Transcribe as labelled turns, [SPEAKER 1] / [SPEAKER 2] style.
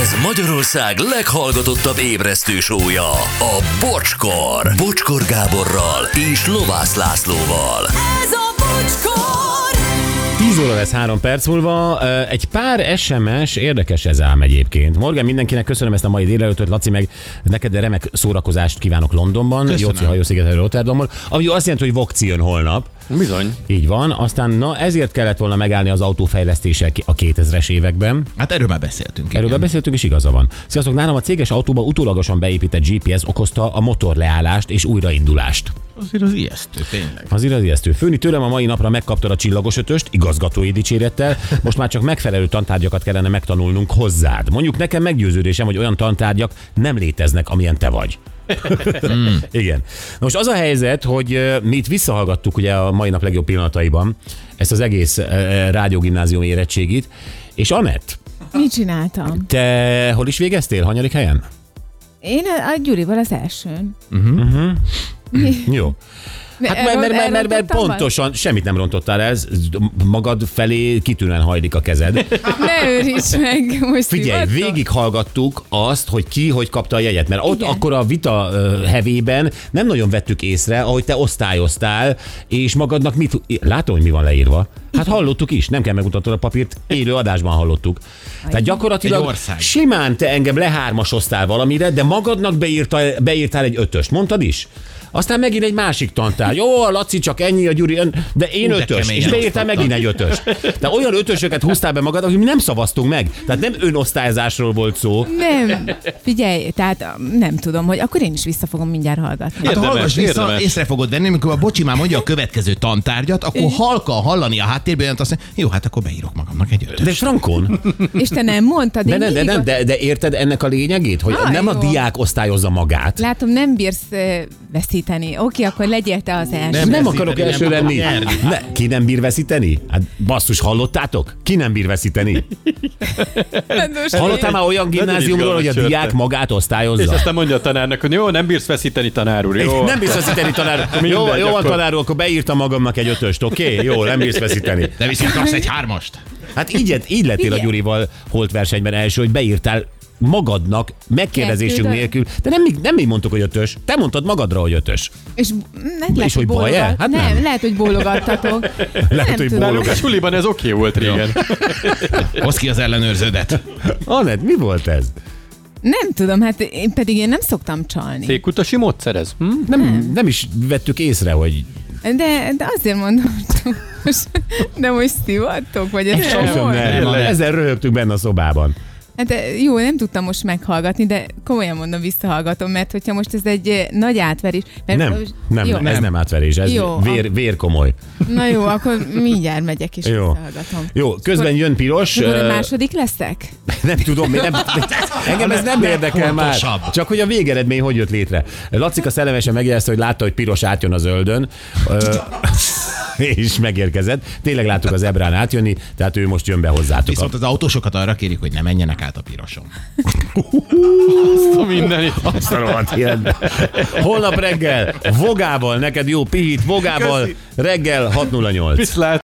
[SPEAKER 1] Ez Magyarország leghallgatottabb ébresztő sója, a Bocskor. Bocskor Gáborral és Lovász Lászlóval.
[SPEAKER 2] Ez a bocskor!
[SPEAKER 3] 10 óra lesz 3 perc múlva. Ö, Egy pár SMS, érdekes ez ám egyébként. Morgan, mindenkinek köszönöm ezt a mai délelőttöt, Laci, meg neked remek szórakozást kívánok Londonban, Jóci hajószigetelő Rotterdamból, ami azt jelenti, hogy Vokci jön holnap.
[SPEAKER 4] Bizony.
[SPEAKER 3] Így van, aztán na ezért kellett volna megállni az autófejlesztése a 2000-es években.
[SPEAKER 4] Hát erről már beszéltünk.
[SPEAKER 3] Erről
[SPEAKER 4] igen.
[SPEAKER 3] beszéltünk, és igaza van. Sziasztok, nálam a céges autóba utólagosan beépített GPS okozta a motorleállást és újraindulást.
[SPEAKER 4] Azért az ijesztő, tényleg.
[SPEAKER 3] Azért az ijesztő. Főni tőlem a mai napra megkaptad a csillagos ötöst, igazgatói dicsérettel, most már csak megfelelő tantárgyakat kellene megtanulnunk hozzád. Mondjuk nekem meggyőződésem, hogy olyan tantárgyak nem léteznek, amilyen te vagy. Igen. Na most az a helyzet, hogy ö, mi itt visszahallgattuk ugye a mai nap legjobb pillanataiban ezt az egész ö, ö, rádiógimnázium érettségit, és Anett,
[SPEAKER 5] Mit csináltam?
[SPEAKER 3] te hol is végeztél? Hanyadik helyen?
[SPEAKER 5] Én a, a Gyurival az elsőn.
[SPEAKER 3] Jó. Hát mert, mert, mert, mert, mert pontosan semmit nem rontottál el, ez magad felé kitűnően hajlik a kezed.
[SPEAKER 5] Ne őríts meg, most
[SPEAKER 3] Figyelj,
[SPEAKER 5] hivattok.
[SPEAKER 3] végighallgattuk azt, hogy ki hogy kapta a jegyet, mert ott Igen.
[SPEAKER 5] Igen.
[SPEAKER 3] akkor a vita ö, hevében nem nagyon vettük észre, ahogy te osztályoztál, és magadnak mit... Látom, hogy mi van leírva. Hát hallottuk is, nem kell megmutatnod a papírt, élő adásban hallottuk. Tehát
[SPEAKER 4] Egy
[SPEAKER 3] gyakorlatilag
[SPEAKER 4] ország.
[SPEAKER 3] simán te engem lehármasoztál valamire, de magadnak beírta, beírtál egy ötöst, mondtad is? Aztán megint egy másik tantár. Jó, a Laci csak ennyi, a Gyuri, ön- de én
[SPEAKER 4] Ú, de
[SPEAKER 3] ötös, és
[SPEAKER 4] keményen
[SPEAKER 3] beírtál megint egy ötös. De olyan ötösöket húztál be magad, hogy mi nem szavaztunk meg. Tehát nem önosztályzásról volt szó.
[SPEAKER 5] Nem, figyelj, tehát ah, nem tudom, hogy akkor én is vissza fogom mindjárt hallgatni.
[SPEAKER 4] Hát, ha hallgass vissza,
[SPEAKER 6] érdemes.
[SPEAKER 4] észre fogod venni, amikor a bocsi már mondja a következő tantárgyat, akkor halka hallani a háttérből, olyat, azt mondja, jó, hát akkor beírok magamnak egy ötöt.
[SPEAKER 3] De frankon.
[SPEAKER 5] És te nem mondtad,
[SPEAKER 3] De,
[SPEAKER 5] én
[SPEAKER 3] de, de,
[SPEAKER 5] mindig
[SPEAKER 3] nem,
[SPEAKER 5] ott-
[SPEAKER 3] de, de érted ennek a lényegét, hogy
[SPEAKER 5] Á,
[SPEAKER 3] nem a
[SPEAKER 5] jó.
[SPEAKER 3] diák osztályozza magát.
[SPEAKER 5] Látom, nem bírsz ö, veszíteni. Oké, akkor legyél te az első.
[SPEAKER 3] Nem, nem
[SPEAKER 4] veszíteni,
[SPEAKER 3] akarok
[SPEAKER 4] nem
[SPEAKER 3] első
[SPEAKER 4] akarok
[SPEAKER 3] lenni.
[SPEAKER 4] nyerni.
[SPEAKER 3] Ne, ki nem bír veszíteni? Hát basszus, hallottátok? Ki nem bír veszíteni? Hallottál már olyan gimnáziumról, hogy a
[SPEAKER 6] izgalmas
[SPEAKER 3] diák
[SPEAKER 6] csörte.
[SPEAKER 3] magát
[SPEAKER 6] És
[SPEAKER 3] osztályozza?
[SPEAKER 6] aztán mondja a tanárnak, hogy jó, nem bírsz veszíteni, tanár úr, jó.
[SPEAKER 3] Nem bírsz veszíteni, tanár. úr.
[SPEAKER 6] Mindegy,
[SPEAKER 3] Jó, jó van,
[SPEAKER 6] akkor-
[SPEAKER 3] tanár úr, akkor beírtam magamnak egy ötöst, oké? Jó, nem bírsz veszíteni.
[SPEAKER 4] De viszont kapsz egy hármast.
[SPEAKER 3] Hát így, lett- így lettél a
[SPEAKER 5] Figyelj.
[SPEAKER 3] Gyurival holt versenyben első, hogy beírtál magadnak megkérdezésünk
[SPEAKER 5] Kettőt.
[SPEAKER 3] nélkül. De nem, mi- nem mi mondtuk, hogy ötös. Te mondtad magadra, hogy ötös.
[SPEAKER 5] És, nem, lehet,
[SPEAKER 3] És hogy
[SPEAKER 5] bólogat-
[SPEAKER 3] baj-e? Hát nem.
[SPEAKER 5] nem. lehet, hogy bólogattatok.
[SPEAKER 3] Lehet,
[SPEAKER 5] Nem
[SPEAKER 3] hogy
[SPEAKER 5] tudom.
[SPEAKER 6] Nálunk a
[SPEAKER 3] bólogat.
[SPEAKER 6] suliban ez oké volt régen.
[SPEAKER 4] Hozd ki az ellenőrződet.
[SPEAKER 3] Anett, mi volt ez?
[SPEAKER 5] Nem tudom, hát én pedig én nem szoktam csalni.
[SPEAKER 6] Tékutasi módszer ez? Hm?
[SPEAKER 3] Nem, nem is vettük észre, hogy
[SPEAKER 5] De, de azért mondom, hogy most, de most szivattok, vagy ez nem
[SPEAKER 3] Köszönöm,
[SPEAKER 5] volt?
[SPEAKER 3] nem, nem.
[SPEAKER 6] Tényleg.
[SPEAKER 3] Ezzel röhögtük benne a szobában.
[SPEAKER 5] Hát eh, jó, nem tudtam most meghallgatni, de komolyan mondom, visszahallgatom, mert hogyha most ez egy eh, nagy átverés... Mert
[SPEAKER 3] Nem,
[SPEAKER 5] most,
[SPEAKER 3] nem,
[SPEAKER 5] jó,
[SPEAKER 3] ez nem átverés, ez
[SPEAKER 5] Jó,
[SPEAKER 3] vér, vér komoly.
[SPEAKER 5] Na jó, akkor mindjárt megyek és
[SPEAKER 3] Jó.
[SPEAKER 5] visszahallgatom.
[SPEAKER 3] Jó, eh, közben jön piros.
[SPEAKER 5] Akkor a
[SPEAKER 3] ö,
[SPEAKER 5] második leszek?
[SPEAKER 3] Nem tudom, mi nem, engem ez nem érdekel már.
[SPEAKER 4] legfontosabb.
[SPEAKER 3] Csak hogy a végeredmény hogy jött létre. Lacika szellemesen megjegyezte, hogy látta, hogy piros átjön a zöldön. Ö, és megérkezett. Tényleg láttuk az ebrán átjönni, tehát ő most jön be hozzátok.
[SPEAKER 4] Viszont az autósokat arra kérik, hogy ne menjenek át a piroson.
[SPEAKER 6] A mindenit.
[SPEAKER 3] Holnap reggel, Vogával, neked jó pihit, Vogával, reggel 608.
[SPEAKER 6] Viszlát.